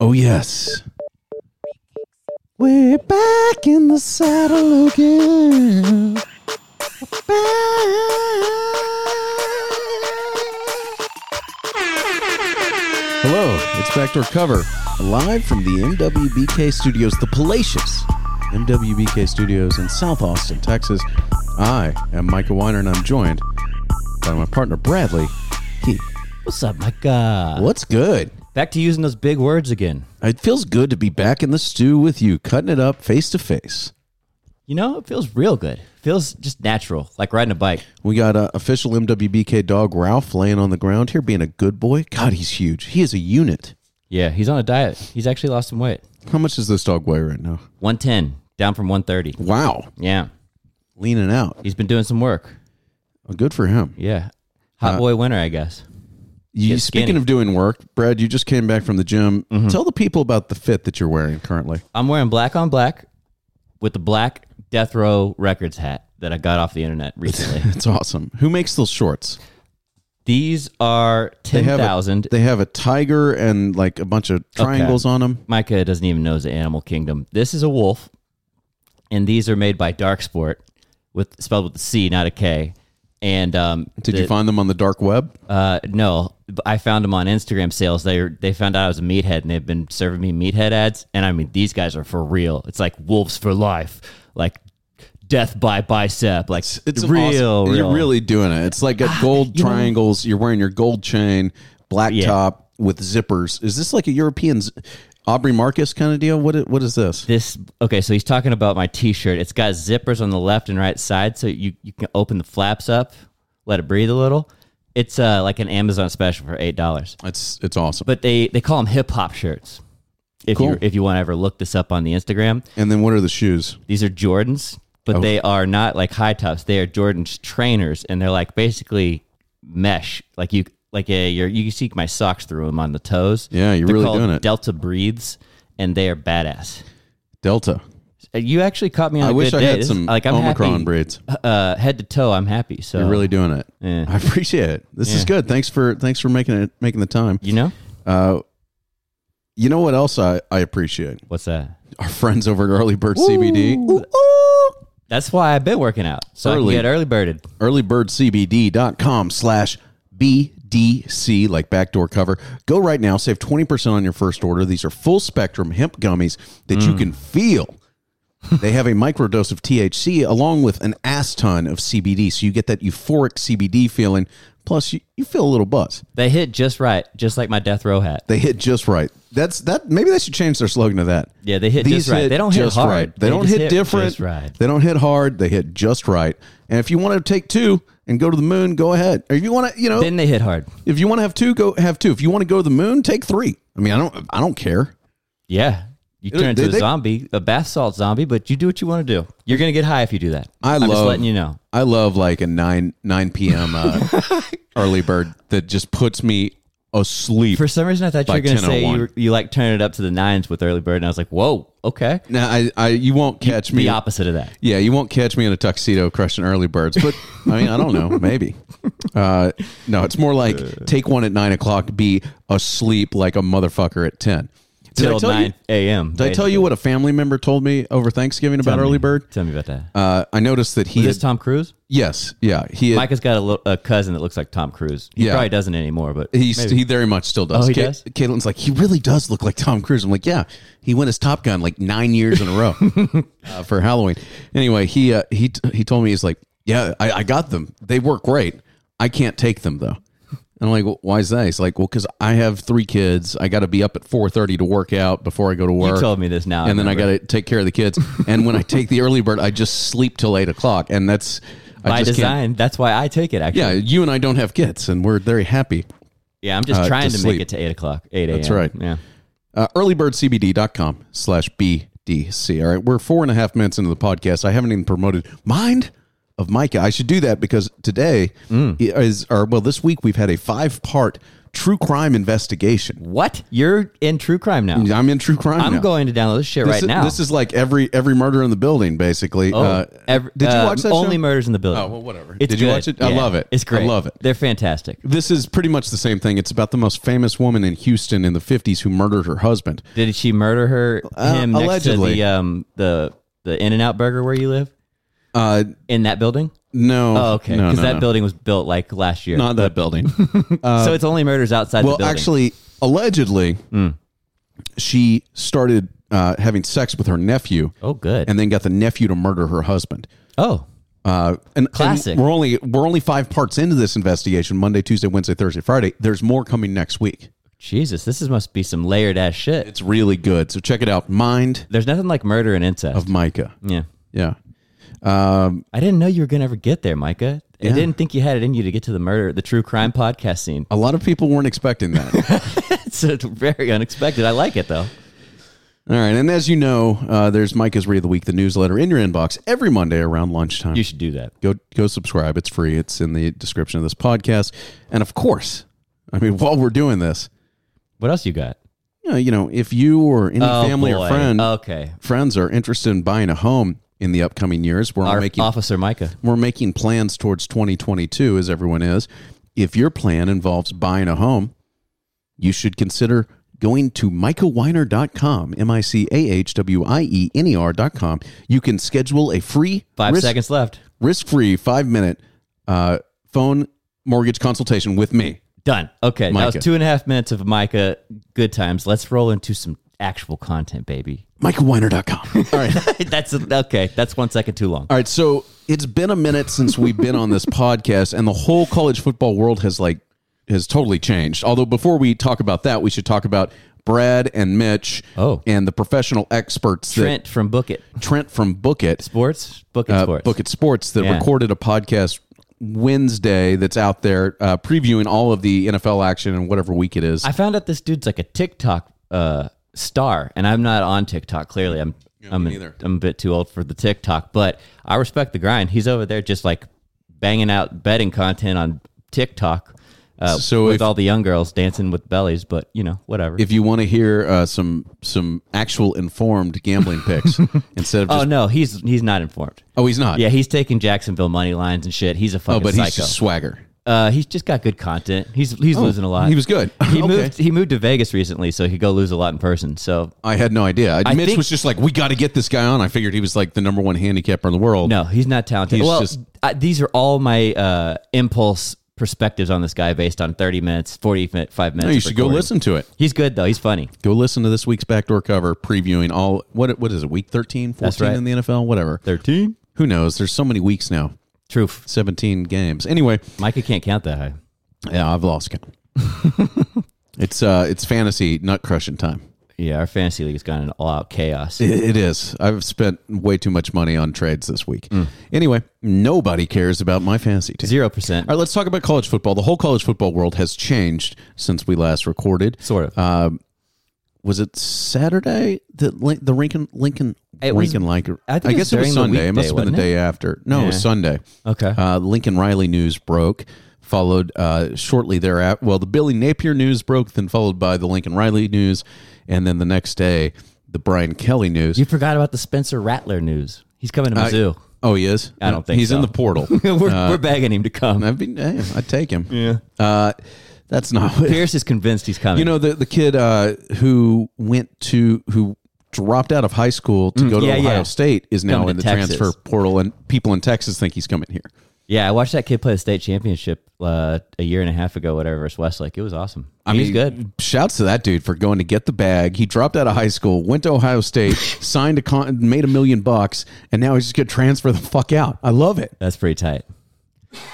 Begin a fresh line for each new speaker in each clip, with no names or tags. Oh yes.
We're back in the saddle again. Back.
Hello, it's Backdoor Cover, live from the MWBK Studios, the Palacious MWBK Studios in South Austin, Texas. I am Micah Weiner, and I'm joined by my partner Bradley. He,
What's up, Micah?
what's good?
Back to using those big words again.
It feels good to be back in the stew with you, cutting it up face to face.
You know, it feels real good. Feels just natural, like riding a bike.
We got uh, official MWBK dog Ralph laying on the ground here, being a good boy. God, he's huge. He is a unit.
Yeah, he's on a diet. He's actually lost some weight.
How much does this dog weigh right now?
110, down from 130.
Wow,
Yeah,
leaning out.
he's been doing some work.
Well, Good for him.
Yeah. Hot boy winter, I guess.
You,
Get
speaking
skinny.
of doing work, Brad, you just came back from the gym. Tell the people about the fit that you're wearing currently.
I'm wearing black on black with the black Death Row Records hat that I got off the internet recently.
It's awesome. Who makes those shorts?
These are
have a-
10,000.
They have a tiger and like a bunch of triangles on 'em. on them.
Micah doesn't even know the animal kingdom. This is a wolf, and these are made by Dark Sport, with spelled with a C, not a K. And um,
Did you
the-
find them on the dark web?
Uh, no, but I found them on Instagram sales. They were- they found out I was a meathead, and they've been serving me meathead ads. And I mean, these guys are for real. It's like wolves for life, like death by bicep, like
It's an
real,
awesome-
real. Ah,
You're really doing it. It's like got gold triangles. You're wearing your gold chain, black
Yeah.
top with zippers. Is this like a European z- Aubrey Marcus kind of deal? What i- What is this?
this okay so he's talking about my t-shirt it's got zippers on the left and right side so you, you can open the flaps up let it breathe a little it's uh, like an amazon special for eight dollars
It's it's awesome.
but they they call them hip-hop shirts if
Cool.
you if you want to ever look this up on the instagram
and then what are the shoes?
these are jordans but
Oh.
they are not like high tops they are jordan's trainers and they're like basically mesh like you like a you're, you can see my socks through them on the toes
Yeah, you're
They're
really
called
doing it.
delta breathes and they are badass
Delta.
uh, You actually caught me on.
I
a
wish
good
I
day.
had
This is-
some
like I'm
Omicron
happy,
braids.
uh, head to toe. I'm happy. So
You're really doing it.
Yeah.
I appreciate it. This is
Yeah.
good. Thanks for thanks for making it making the time.
you know,
Uh, you know what else I, I appreciate?
what's that?
Our friends over at Early Bird CBD.
That's why I've been working out. So
Early.
I can get early birded.
Earlybirdcbd.com slash BDC, like backdoor cover. Go right now. Save 20% on your first order. These are full spectrum hemp gummies that you can feel. they have a microdose of THC along with an ass ton of CBD. So you get that euphoric CBD feeling. Plus, you, you feel a little buzz.
They hit just right, just like my death row hat.
They hit just right. That's that. Maybe they should change their slogan to that.
Yeah, they hit just right. They don't hit
just
hard.
Right. They,
They
don't
just
hit,
hit
different.
just right.
They don't hit hard. They hit just right. And if you want to take two and go to the moon, go ahead. Or if you want to, you know,
Then they hit hard.
if you want to have two, go have two. If you want to go to the moon, take three. I mean, I don't, I don't care.
Yeah, you turn into
they-
a
they-
zombie, a bath salt zombie. But you do what you want to do. You're gonna get high if you do that.
I
am
love-
just letting you know.
I love like a nine nine p.m. Uh, early bird that just puts me asleep.
For some reason, I thought you
By
were gonna say
10:01.
you, were- you like turn it up to the nines with early bird, and I was like, whoa, okay.
now, I, I, you won't catch me.
The opposite of that.
Yeah, you won't catch me in a tuxedo crushing early birds, but I mean, I don't know, maybe. Uh, no, it's more like take one at nine o'clock, be asleep like a motherfucker at ten. Did I
Till
tell you?
nine a.m.
Did I tell you what a family member told me over Thanksgiving about early bird?
Tell me about that.
Uh, I noticed that he
Is
had,
this Tom Cruise?
yes, yeah, he had,
Micah's got a, lo- a cousin that looks like Tom Cruise. He
Yeah.
probably doesn't anymore, but
he st- he very much still does.
Oh, he
Ca-
does?
Caitlin's like he really does look like Tom Cruise. I'm like, yeah, he went as Top Gun like nine years in a row uh, for Halloween. Anyway, he uh, he t- he told me he's like, yeah, I, I got them. They work great. I can't take them though. And I'm like, well, why is that? He's like, well, because I have three kids. I got to be up at 4:30 to work out before I go to work.
you told me this now.
and then I got
remember.
to take care of the kids. and when I take the early bird, I just sleep till eight o'clock, and that's I
by
just Can't,
design. That's why I take it. Actually,
yeah,
yeah,
you and I don't have kids, and we're very happy.
I'm just
Uh,
trying
to
to,
sleep.
make it to eight o'clock, eight a.m.
That's right.
Yeah,
uh, earlybirdcbd.com slash bdc all right we're four and a half minutes into the podcast i haven't even promoted mind
Mm.
of micah i should do that because today is or well this week we've had a five part true crime investigation.
What? You're in true crime now.
I'm in true crime.
I'm
now.
going to download this shit
This
right
is,
now.
This is like every every murder in the building, basically.
Oh,
uh,
every-
did you
uh,
watch that?
Only
show?
Murders in the Building.
Oh, well, whatever.
It's
Did you
good.
watch it? I
Yeah.
love it.
It's
I
great.
love it.
They're fantastic.
This is pretty much the same thing. It's about the most famous woman in Houston in the 50s who murdered her husband.
Did she murder her him next
Uh, allegedly.
to the um the the In and Out Burger where you live
Uh,
in that building?
no.
Oh, okay.
No,
Because
no,
that
no.
building was built like last year.
Not that building.
so it's only murders outside the
well,
building. Hmm.
actually, allegedly, she started uh, having sex with her nephew
oh good.
and then got the nephew to murder her husband.
oh,
Uh, and- and
Classic.
we're only we're only five parts into this investigation. Monday, Tuesday, Wednesday, Thursday, Friday. There's more coming next week.
Jesus, this is must be some layered ass shit.
It's really good. So check it out. Mind
There's nothing like murder and incest.
of Micah.
yeah.
Yeah. Um,
I didn't know you were gonna ever get there, Micah. I didn't think you had it in you to get to the murder, the true crime podcast scene.
a lot of people weren't expecting that.
It's uh, very unexpected. I like it though.
All right. And as you know, uh, there's Micah's Read of the Week, the newsletter in your inbox every Monday around lunchtime.
You should do that.
go go subscribe. It's free. It's in the description of this podcast. And of course, I mean, while we're doing this,
What else you got?
you know, you know if you or any
Oh,
family or
boy.
friend
Okay.
friends are interested in buying a home in the upcoming years, we're
Our
making
officer Micah.
we're making plans towards 2022 as everyone is. If your plan involves buying a home, you should consider going to michaelweiner.com, M I C A H W I E N E R.com. You can schedule a free
Five
risk,
seconds left.
risk-free 5-minute uh, phone mortgage consultation with me.
Done. Okay. That
Micah.
was two and a half minutes of Micah. Good times. Let's roll into some actual content, baby.
michaelweiner.com. All right.
that's okay. That's one second too long.
All right, so it's been a minute since we've been on this podcast, and the whole college football world has like has totally changed. Although before we talk about that, we should talk about Brad and Mitch,
Oh.
and the professional experts
Trent from Book It
that Trent from Book It,
Sports. Book It
uh,
Sports.
Book It Sports, that
Yeah.
recorded a podcast Wednesday that's out there uh, previewing all of the NFL action and whatever week it is.
I found out this dude's like a TikTok uh, star, and I'm not on TikTok. Clearly, I'm I'm,
me
a-
neither.
I'm a bit too old for the TikTok, but I respect the grind. He's over there just like banging out betting content on TikTok. Uh,
So
with
if-
all the young girls dancing with bellies, but you know whatever.
if you want to hear uh, some some actual informed gambling picks instead of
oh
just oh,
no, he's he's not informed.
he's not
Yeah, he's taking Jacksonville money lines and shit. He's a
oh
fucking
but
psycho.
he's just swagger
uh, he's just got good content. He's he's losing a lot.
he was good
He
Okay.
moved he moved to Vegas recently, so he could go lose a lot in person. So
I had no idea. Mitch
think-
was just like, we got to get this guy on. I figured he was like the number one handicapper in the world.
No, he's not talented.
He's
well,
just-
I, these are all my uh, impulse perspectives on this guy based on 30 minutes, 45 minutes.
No, you
of
should go
recording.
listen to it.
He's good, though. He's funny.
Go listen to this week's backdoor cover previewing all what what is it week 13, 14
right.
in the NFL, whatever.
13?
Who knows? There's so many weeks now,
Truth.
seventeen games. Anyway,
Micah can't count that high.
yeah, I've lost count. it's uh, it's fantasy nut crushing time.
Yeah, our fantasy league has gone into all out chaos.
It, it is. I've spent way too much money on trades this week. Anyway, nobody cares about my fantasy team.
Zero percent.
All right, let's talk about college football. The whole college football world has changed since we last recorded.
Sort of.
Uh, was it Saturday that Lin- the Lincoln Lincoln
It was-
Lincoln Liker?
I think it was
guess it was
during the
Sunday. it must have
weekday,
been the
wasn't
day after. No, it was
Yeah.
Sunday.
okay.
Uh, Lincoln Riley news broke, followed uh, shortly thereafter. Well, the Billy Napier news broke, then followed by the Lincoln Riley news, and then the next day the Brian Kelly news.
you forgot about the Spencer Rattler news. He's coming to Mizzou.
oh, he is.
I don't think
he's in
so.
the portal.
we're,
Uh,
we're begging him to come.
I'd be. Hey, I'd take him. Yeah. Uh, that's not. what-
Pierce is convinced he's coming.
You know the the kid uh, who went to who dropped out of high school to go to
yeah,
Ohio
yeah.
State is now
Coming
in the
to Texas.
transfer portal, and people in Texas think he's coming here.
yeah, I watched that kid play the state championship uh, a year and a half ago, whatever, versus Westlake. It was awesome.
I
he's
mean,
good.
Shouts to that dude for going to get the bag. He dropped out of high school, went to Ohio State, signed a con, made a million bucks, and now he's just gonna transfer the fuck out. I love it.
That's pretty tight.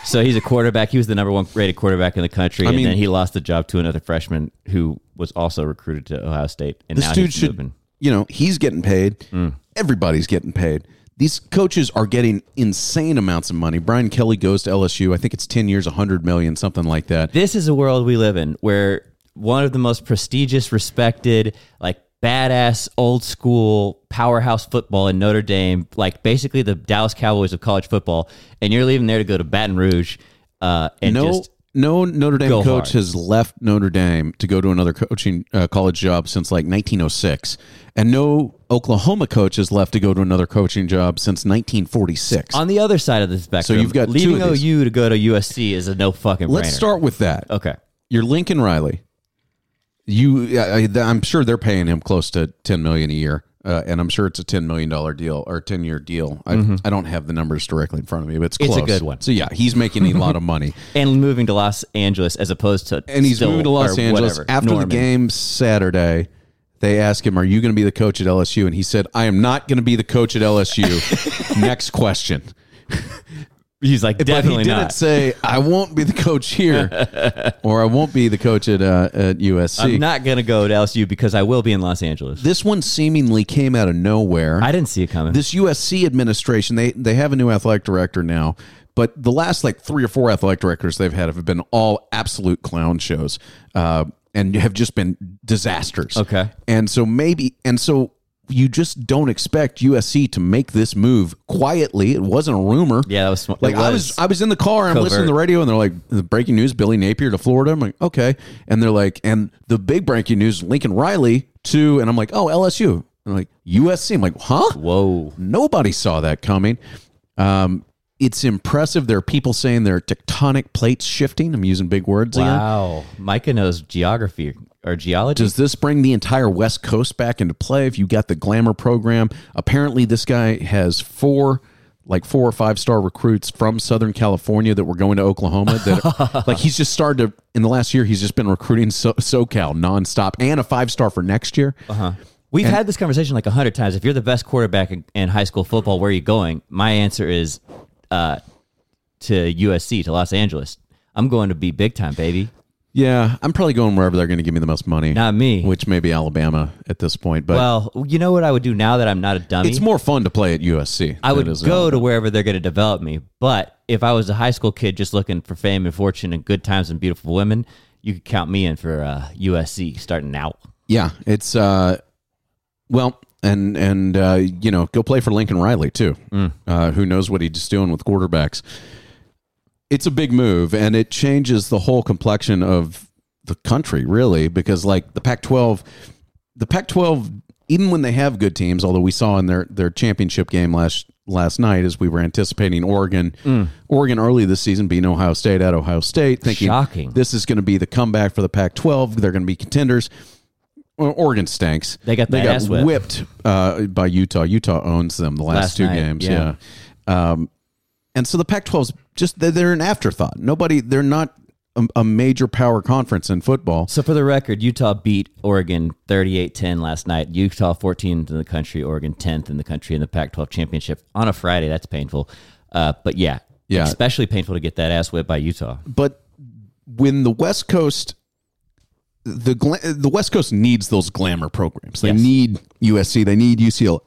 So he's a quarterback. He was the number one rated quarterback in the country,
mean-
and then he lost the job to another freshman who was also recruited to Ohio State. And
This
now
dude
he's
should,
moving.
you know, he's getting paid. Everybody's getting paid. These coaches are getting insane amounts of money. Brian Kelly goes to LSU. I think it's ten years, hundred million, something like that.
This is a world we live in where one of the most prestigious, respected, like badass, old school powerhouse football in Notre Dame, like basically the Dallas Cowboys of college football, and you're leaving there to go to Baton Rouge uh, and
No
just
no Notre Dame
Go
coach
hard.
has left Notre Dame to go to another coaching uh, college job since like 1906, and no Oklahoma coach has left to go to another coaching job since 1946.
On the other side of the spectrum,
you've got two
leaving
of these.
OU to go to USC is a no fucking
Let's
brainer.
start with that.
Okay.
You're Lincoln Riley. You, I, I- I'm sure they're paying him close to 10 million a year, uh, and I'm sure it's a 10 million dollar deal or 10 year deal. I, I don't have the numbers directly in front of me, but it's
Mm-hmm. It's a
close.
good one.
So yeah, he's making a lot of money.
And moving to Los Angeles as opposed to
and he's
still,
moving to Los
or
Angeles
whatever,
after
Norman.
the game Saturday. They ask him, "Are you going to be the coach at LSU?" And he said, "I am not going to be the coach at LSU." Next question.
He's like
but
definitely
he didn't
not.
say, "I won't be the coach here," or "I won't be the coach at uh, at USC."
I'm not gonna go to LSU because I will be in Los Angeles.
this one seemingly came out of nowhere.
I didn't see it coming.
this USC administration, they they have a new athletic director now, but the last like three or four athletic directors they've had have been all absolute clown shows, uh, and have just been disasters.
Okay.
and so maybe and so you just don't expect USC to make this move quietly. It wasn't a rumor.
yeah, that was sm- it
Like I was, I was in the car. I'm listening to the
Covert.
radio, and they're like, "The breaking news: Billy Napier to Florida." I'm like, "Okay," and they're like, "And the big breaking news: Lincoln Riley to," and I'm like, "Oh, LSU." And I'm like, "USC." I'm like, "Huh?"
Whoa.
Nobody saw that coming. Um, it's impressive. There are people saying there are tectonic plates shifting. I'm using big words again.
Wow. Micah knows geography or geology.
Does this bring the entire West Coast back into play? If you got the glamour program, apparently this guy has four, like four or five star recruits from Southern California that were going to Oklahoma. That like he's just started to, in the last year. He's just been recruiting so- SoCal nonstop and a five star for next year.
Uh-huh. We've had this conversation like a hundred times. If you're the best quarterback in, in high school football, where are you going? My answer is uh, to USC, to Los Angeles. I'm going to be big time, baby.
Yeah, I'm probably going wherever they're going to give me the most money.
Not me.
which may be Alabama at this point, but.
well, you know what I would do now that I'm not a dummy?
It's more fun to play at USC.
I
than
would
it is at
go
Alabama.
to wherever they're going to develop me. But if I was a high school kid just looking for fame and fortune and good times and beautiful women, you could count me in for uh, USC starting now.
Yeah, it's uh, well, and and uh, you know, go play for Lincoln Riley too. Uh, who knows what he's doing with quarterbacks? It's a big move, and it changes the whole complexion of the country, really, because like the Pac-12, the Pac-12, even when they have good teams, although we saw in their their championship game last last night, as we were anticipating Oregon, Oregon early this season being Ohio State at Ohio State, thinking
Shocking.
this is going to be the comeback for the Pac-12. They're going to be contenders. Well, Oregon stinks.
They got
they
that
got
ass whip.
whipped uh, by Utah. Utah owns them the last,
Last
two
night,
games. Yeah.
yeah.
Um, and so the Pac-12's just they're, they're an afterthought. Nobody, they're not a, a major power conference in football.
So for the record, Utah beat Oregon 38-10 last night. Utah 14th in the country, Oregon 10th in the country in the Pac-12 championship on a Friday. That's painful. Uh, but yeah,
Yeah.
especially painful to get that ass whipped by Utah.
But when the West Coast, the gla- the West Coast needs those glamour programs. They
Yes.
need USC. They need UCLA.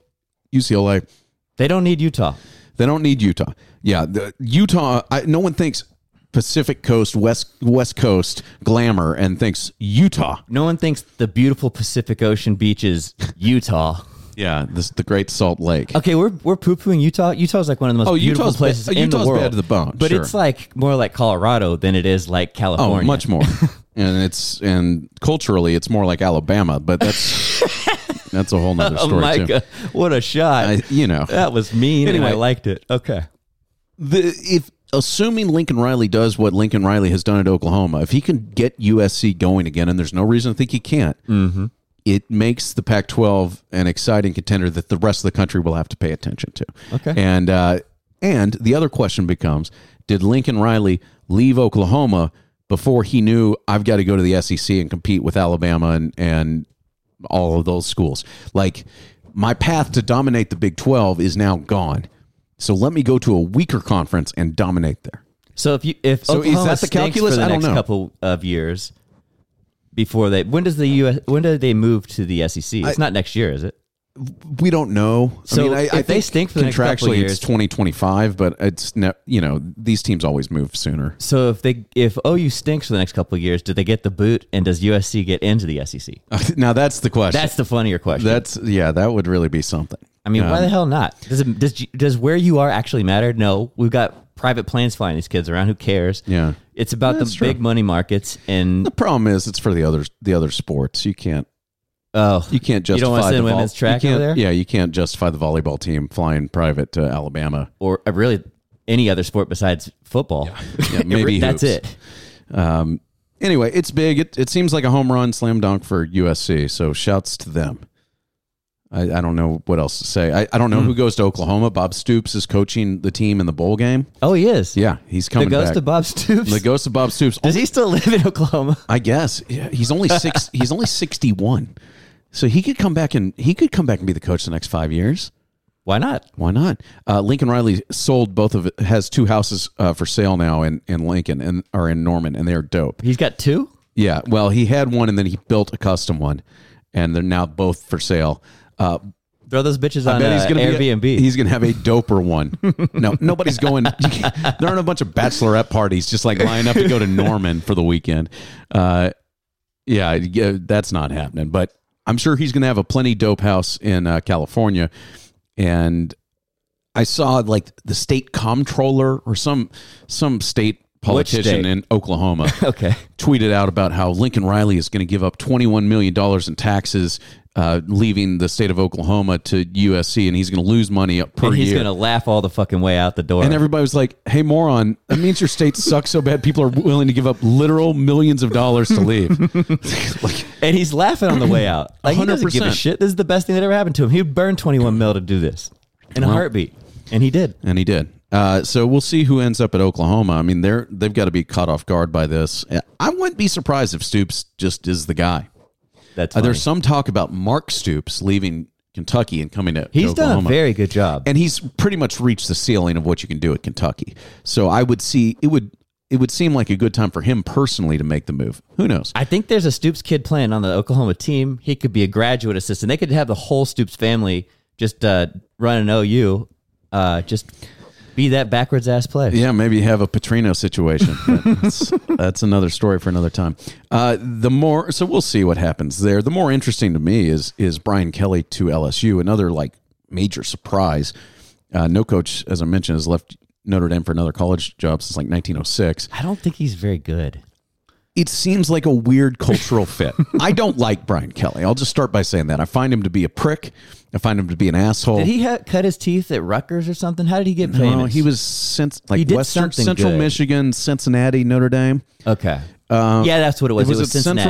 UCLA.
They don't need Utah.
They don't need Utah. Yeah, the, Utah. I, no one thinks Pacific Coast, West West Coast glamour, and thinks Utah.
No one thinks the beautiful Pacific Ocean beaches Utah.
Yeah, this the Great Salt Lake.
Okay, we're we're poo pooing Utah. Utah's like one of the most
Oh,
beautiful
Utah's ba-
places
oh,
in
Utah's
the world.
bad to the bone,
but
sure.
it's like more like Colorado than it is like
oh,
California.
much more. and it's and culturally, it's more like Alabama, but that's that's a whole nother
Oh
story
my
too.
god, what a shot!
I, you know,
that was mean,
Anyway.
and I liked it. Okay,
the if assuming Lincoln Riley does what Lincoln Riley has done at Oklahoma, if he can get USC going again, and there's no reason to think he can't, it makes the Pac-12 an exciting contender that the rest of the country will have to pay attention to.
Okay.
and uh, and the other question becomes: Did Lincoln Riley leave Oklahoma? Before he knew, I've got to go to the SEC and compete with Alabama and, and all of those schools. Like my path to dominate the Big 12 is now gone. So let me go to a weaker conference and dominate there.
so if you if
So is
Oklahoma
that the
stinks
calculus?
for the
I don't
next
know.
couple of years before they when does the U.S. when do they move to the SEC? It's not next year, is it?
We don't know.
So if they
think
stink for the next couple
contractually it's
years-
2025, but it's ne- you know these teams always move sooner.
So if they if OU stinks for the next couple of years, do they get the boot, and does USC get into the SEC?
now that's the question.
That's the funnier question.
That's, yeah, that would really be something.
I mean, why the hell not? Does it does does where you are actually matter? No, we've got private planes flying these kids around. Who cares?
Yeah.
It's about
That's
the
true.
big money markets and
The problem is it's for the others the other sports. You can't
oh
you can't
You
justify
don't wanna
the
send
vol-
women's track
you
over
can't-
there?
Yeah, you can't justify the volleyball team flying private to Alabama.
or uh, really any other sport besides football.
Yeah, maybe
that's
hoops.
it.
Anyway, it's big. It it seems like a home run slam dunk for USC. So shouts to them. I, I don't know what else to say. I, I don't know who
Hmm.
goes to Oklahoma. Bob Stoops is coaching the team in the bowl game.
Oh, he is.
Yeah, he's
The
coming
ghost
back.
of Bob Stoops.
the ghost of Bob Stoops.
Does he still live in Oklahoma?
I guess yeah, he's only six. he's only sixty one, so he could come back and he could come back and be the coach the next five years.
Why not?
Why not? Uh, Lincoln Riley sold both of has two houses uh, for sale now in, in Lincoln and are in Norman and they are dope.
He's got two.
Yeah, well, he had one and then he built a custom one, and they're now both for sale. Uh,
Throw those bitches on
bet
uh,
he's gonna
Airbnb.
Be he's gonna have a doper one. no, nobody's going. there aren't a bunch of bachelorette parties just like lining up to go to Norman for the weekend. Uh, yeah, yeah, that's not happening. But I'm sure he's gonna have a plenty dope house in uh, California, and I saw like the state comptroller or some some state politician
state?
in Oklahoma
okay.
tweeted out about how Lincoln Riley is going to give up $21 million in taxes, uh, leaving the state of Oklahoma to USC, and he's going to lose money up per
And he's
year.
gonna laugh all the fucking way out the door.
and everybody was like, hey, moron, that means your state sucks so bad people are willing to give up literal millions of dollars to leave. like,
And he's laughing on the way out. Like he doesn't give a
100%.
shit. This is the best thing that ever happened to him. He would burn 21 mil to do this in a heartbeat, and he did.
and he did. Uh, so we'll see who ends up at Oklahoma. I mean, they're they've got to be caught off guard by this. Uh, I wouldn't be surprised if Stoops just is the guy.
That's
Uh,
funny.
there's some talk about Mark Stoops leaving Kentucky and coming to
he's
Oklahoma.
done a very good job.
and he's pretty much reached the ceiling of what you can do at Kentucky. So I would see it would it would seem like a good time for him personally to make the move. Who knows?
I think there's a Stoops kid playing on the Oklahoma team. He could be a graduate assistant. They could have the whole Stoops family just uh, run an OU. Uh, just be that backwards ass play.
Yeah, maybe have a Petrino situation. but That's, that's another story for another time. Uh, the more so we'll see what happens there. The more interesting to me is is Brian Kelly to LSU, another like major surprise. Uh, no coach, as I mentioned, has left Notre Dame for another college job since like 1906.
I don't think he's very good.
it seems like a weird cultural fit. I don't like Brian Kelly. I'll just start by saying that. I find him to be a prick. I find him to be an asshole.
Did he ha- cut his teeth at Rutgers or something? How did he get famous?
No, he was since like
He did
Western
something
Central
good.
Michigan, Cincinnati, Notre Dame.
okay. yeah, that's what it Um, was. It was,
at
Cincinnati.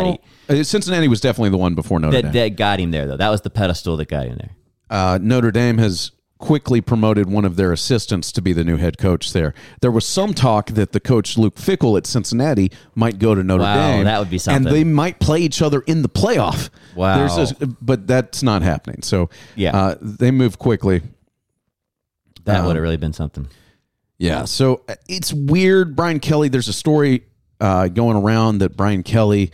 Central. uh, Cincinnati was definitely the one before Notre
that,
Dame.
that got him there though. That was the pedestal that got him there.
Uh, Notre Dame has quickly promoted one of their assistants to be the new head coach there. There was some talk that the coach Luke Fickle at Cincinnati might go to Notre
Wow,
Dame.
that would be something.
And they might play each other in the playoff.
Wow.
There's this- but that's not happening. So
Yeah.
uh, they move quickly.
That would have really been something.
Yeah. So uh, it's weird. Brian Kelly, there's a story uh, going around that Brian Kelly,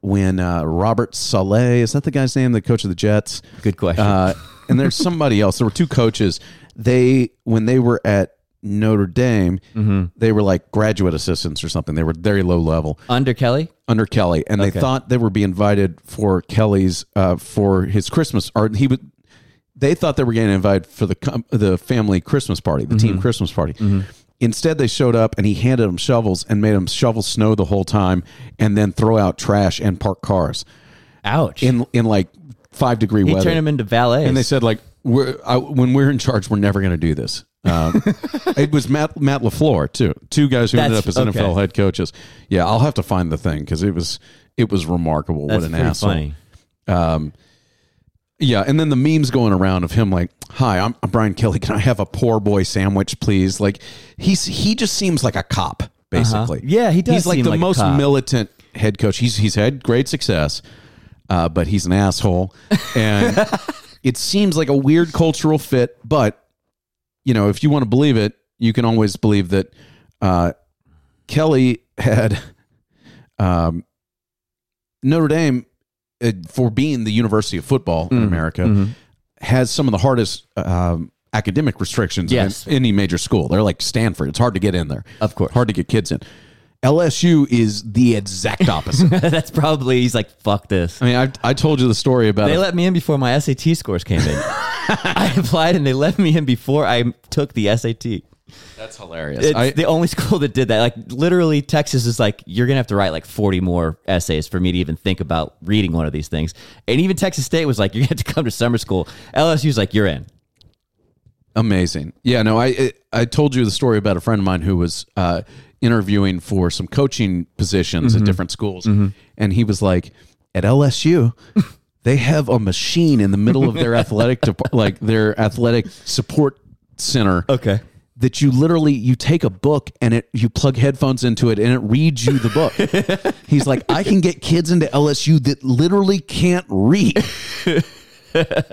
when uh, Robert Saleh, is that the guy's name, the coach of the Jets?
Good question.
Uh, and there's somebody else. There were two coaches. They, when they were at Notre Dame,
Mm-hmm.
they were like graduate assistants or something. They were very low level
Under Kelly,
under Kelly, and they thought they were being invited for Kelly's uh, for his Christmas, or he would. They thought they were getting invited for the com- the family Christmas party, the
Mm-hmm.
team Christmas party. Instead, they showed up and he handed them shovels and made them shovel snow the whole time, and then throw out trash and park cars
ouch.
in in like five degree
he
weather.
turned him into valet.
and they said like, we're, I, "When we're in charge, we're never going to do this." Um, it was Matt Matt Lafleur too. Two guys who ended up
That's-
as NFL
okay.
head coaches. Yeah, I'll have to find the thing because it was it was remarkable.
That's
what an
pretty
asshole.
funny.
Yeah, and then the memes going around of him like, "Hi, I'm, I'm Brian Kelly. Can I have a poor boy sandwich, please?" Like he's he just seems like a cop basically.
Uh-huh. Yeah, he does
He's like
seem
the
like a
most
cop.
militant head coach. He's he's had great success, uh, but he's an asshole, and it seems like a weird cultural fit. But you know, if you want to believe it, you can always believe that uh, Kelly had um, Notre Dame uh, for being the University of Football
Mm-hmm.
in America has some of the hardest um, academic restrictions
Yes.
in any major school. They're like Stanford; it's hard to get in there.
Of course.
hard to get kids in. LSU is the exact opposite.
That's probably he's like fuck this.
I mean, I, I told you the story about
They
a-
let me in before my SAT scores came in. I applied and they let me in before I took the SAT.
That's hilarious.
It's
I,
the only school that did that. Like literally, Texas is like you're gonna have to write like 40 more essays for me to even think about reading one of these things. And even Texas State was like, you have to come to summer school. LSU's like, you're in.
Amazing. Yeah, no, I it, I told you the story about a friend of mine who was uh, interviewing for some coaching positions at different schools, and he was like, at LSU. They have a machine in the middle of their athletic, dep- like their athletic support center.
Okay.
that you literally you take a book and it you plug headphones into it and it reads you the book. He's like, I can get kids into LSU that literally can't read.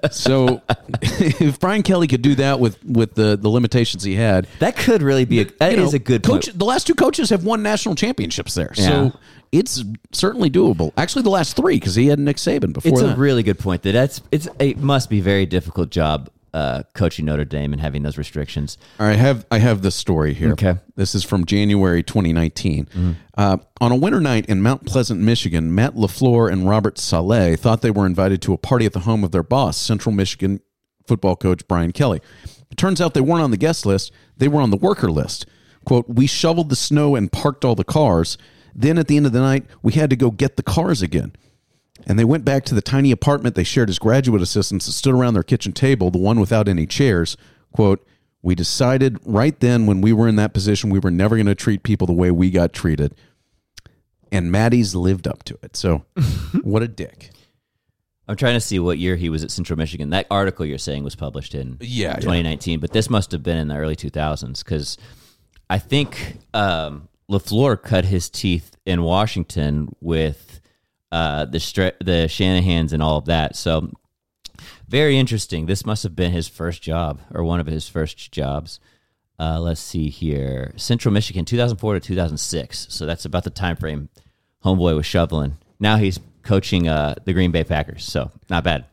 so if Brian Kelly could do that with with the the limitations he had,
That could really be a that is
you know,
a good
coach.
point.
The last two coaches have won national championships there,
Yeah.
so it's certainly doable. Actually, the last three because he had Nick Saban before
It's a
that.
really good point. That that's it's it must be a very difficult job uh, coaching Notre Dame and having those restrictions.
All right, I have I have this story here.
Okay.
this is from January 2019. Uh, on a winter night in Mount Pleasant, Michigan, Matt Lafleur and Robert Saleh thought they were invited to a party at the home of their boss, Central Michigan football coach Brian Kelly. It turns out they weren't on the guest list; they were on the worker list. "Quote: We shoveled the snow and parked all the cars. Then at the end of the night, we had to go get the cars again." And they went back to the tiny apartment they shared as graduate assistants and stood around their kitchen table, the one without any chairs. Quote, We decided right then when we were in that position, we were never going to treat people the way we got treated. And Maddie's lived up to it. So what a dick.
I'm trying to see what year he was at Central Michigan. That article you're saying was published in
Yeah, yeah.
2019, but this must have been in the early 2000s because I think um, Lafleur cut his teeth in Washington with uh, the stra- the Shanahan's and all of that. So very interesting. This must have been his first job or one of his first jobs. Uh, let's see here, Central Michigan, 2004 to 2006. So that's about the time frame homeboy was shoveling. Now he's coaching uh, the Green Bay Packers. So not bad.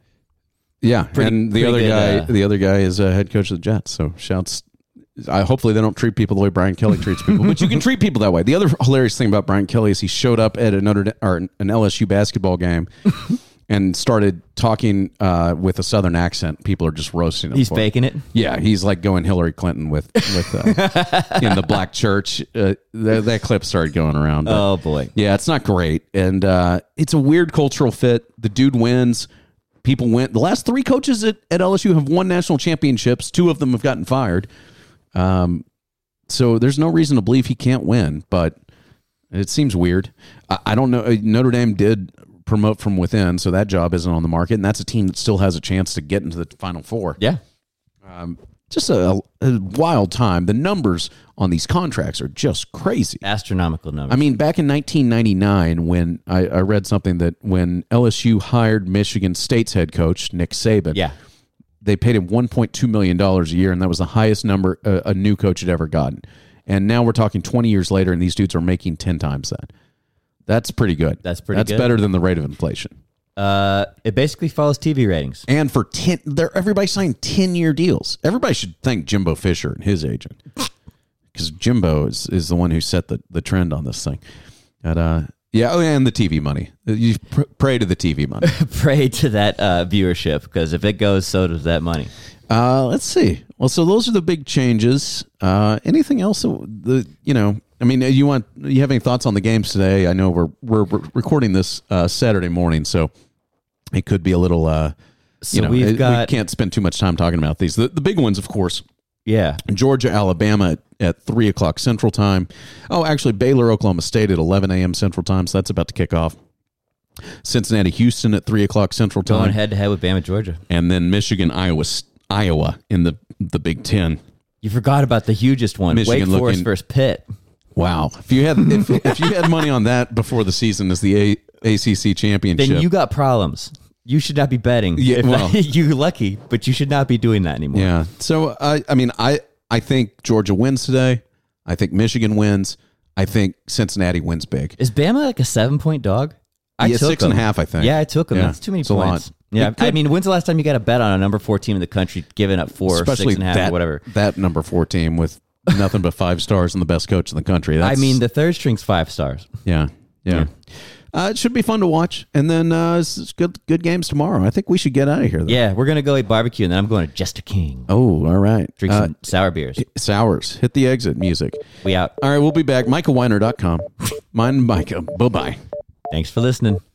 Yeah. and the
pretty
other
good,
guy,
uh,
the other guy is a head coach of the Jets. So shouts. I, hopefully they don't treat people the way Brian Kelly treats people, but you can treat people that way. The other hilarious thing about Brian Kelly is he showed up at another or an LSU basketball game and started talking uh, with a southern accent. People are just roasting him.
He's
for it.
faking it.
Yeah, he's like going Hillary Clinton with with uh, in the black church. Uh, that, that clip started going around. but-
Oh boy.
yeah, it's not great, and uh, it's a weird cultural fit. The dude wins. People win. The last three coaches at, at LSU have won national championships. Two of them have gotten fired. Um, so there's no reason to believe he can't win, but it seems weird. I, I don't know. Uh, Notre Dame did promote from within, so that job isn't on the market, and that's a team that still has a chance to get into the Final Four.
Yeah.
Just a, a wild time. The numbers on these contracts are just crazy.
Astronomical number.
I mean, back in 1999, when I, I read something that when LSU hired Michigan State's head coach Nick Saban,
yeah.
they paid him 1.2 million dollars a year, and that was the highest number a, a new coach had ever gotten. And now we're talking 20 years later, and these dudes are making 10 times that. That's pretty good.
That's pretty
That's
good.
better than the rate of inflation.
Uh, it basically follows TV ratings.
And for 10, they're, everybody signed 10 year deals. Everybody should thank Jimbo Fisher and his agent because Jimbo is, is the one who set the, the trend on this thing. And, uh, yeah, oh, and the TV money. You pr- pray to the TV money.
Pray to that uh, viewership because if it goes, so does that money.
uh, let's see. Well, so those are the big changes. Uh, anything else? that w- The you know, I mean, uh, you want you have any thoughts on the games today? I know we're we're, we're recording this uh, Saturday morning, so it could be a little. Uh,
So
you know,
we've
it-
got
we can't spend too much time talking about these. The, the big ones, of course,
yeah.
Georgia, Alabama at three o'clock Central Time. Oh, actually, Baylor, Oklahoma State at eleven a.m. Central Time. So that's about to kick off. Cincinnati, Houston at three o'clock Central
Going
Time,
head to head with Bama Georgia.
and then Michigan, Iowa, Iowa in the the Big Ten.
You forgot about the hugest one,
Michigan
Wake Forest
looking-
versus Pitt.
Wow! If you had if, if you had money on that before the season as the A, ACC championship,
Then you got problems. You should not be betting.
Yeah,
If-
well-
you lucky, but you should not be doing that anymore.
Yeah. So I I mean I I think Georgia wins today. I think Michigan wins. I think Cincinnati wins big.
Is Bama like a seven point dog? I
Yeah,
took
six and a
them.
half, I think.
Yeah, I took them.
Yeah,
That's too many
it's a lot.
points. Yeah,
You
I mean, when's the last time you got a bet on a number four team in the country giving up four, or six and a half,
that
or whatever?
that number four team with nothing but five stars and the best coach in the country.
I
That's,
mean, the third string's five stars.
yeah, yeah. Uh, it should be fun to watch. And then uh, it's, it's good good games tomorrow. I think we should get out of here. Though.
Yeah, we're gonna go eat barbecue, and then I'm going to Jester King.
Oh, all right.
Drink
Uh,
some sour beers.
sours. Hit the exit music.
We out.
All right, we'll be back. MicahWeiner.com. Mine, Micah. Bye bye.
Thanks for listening.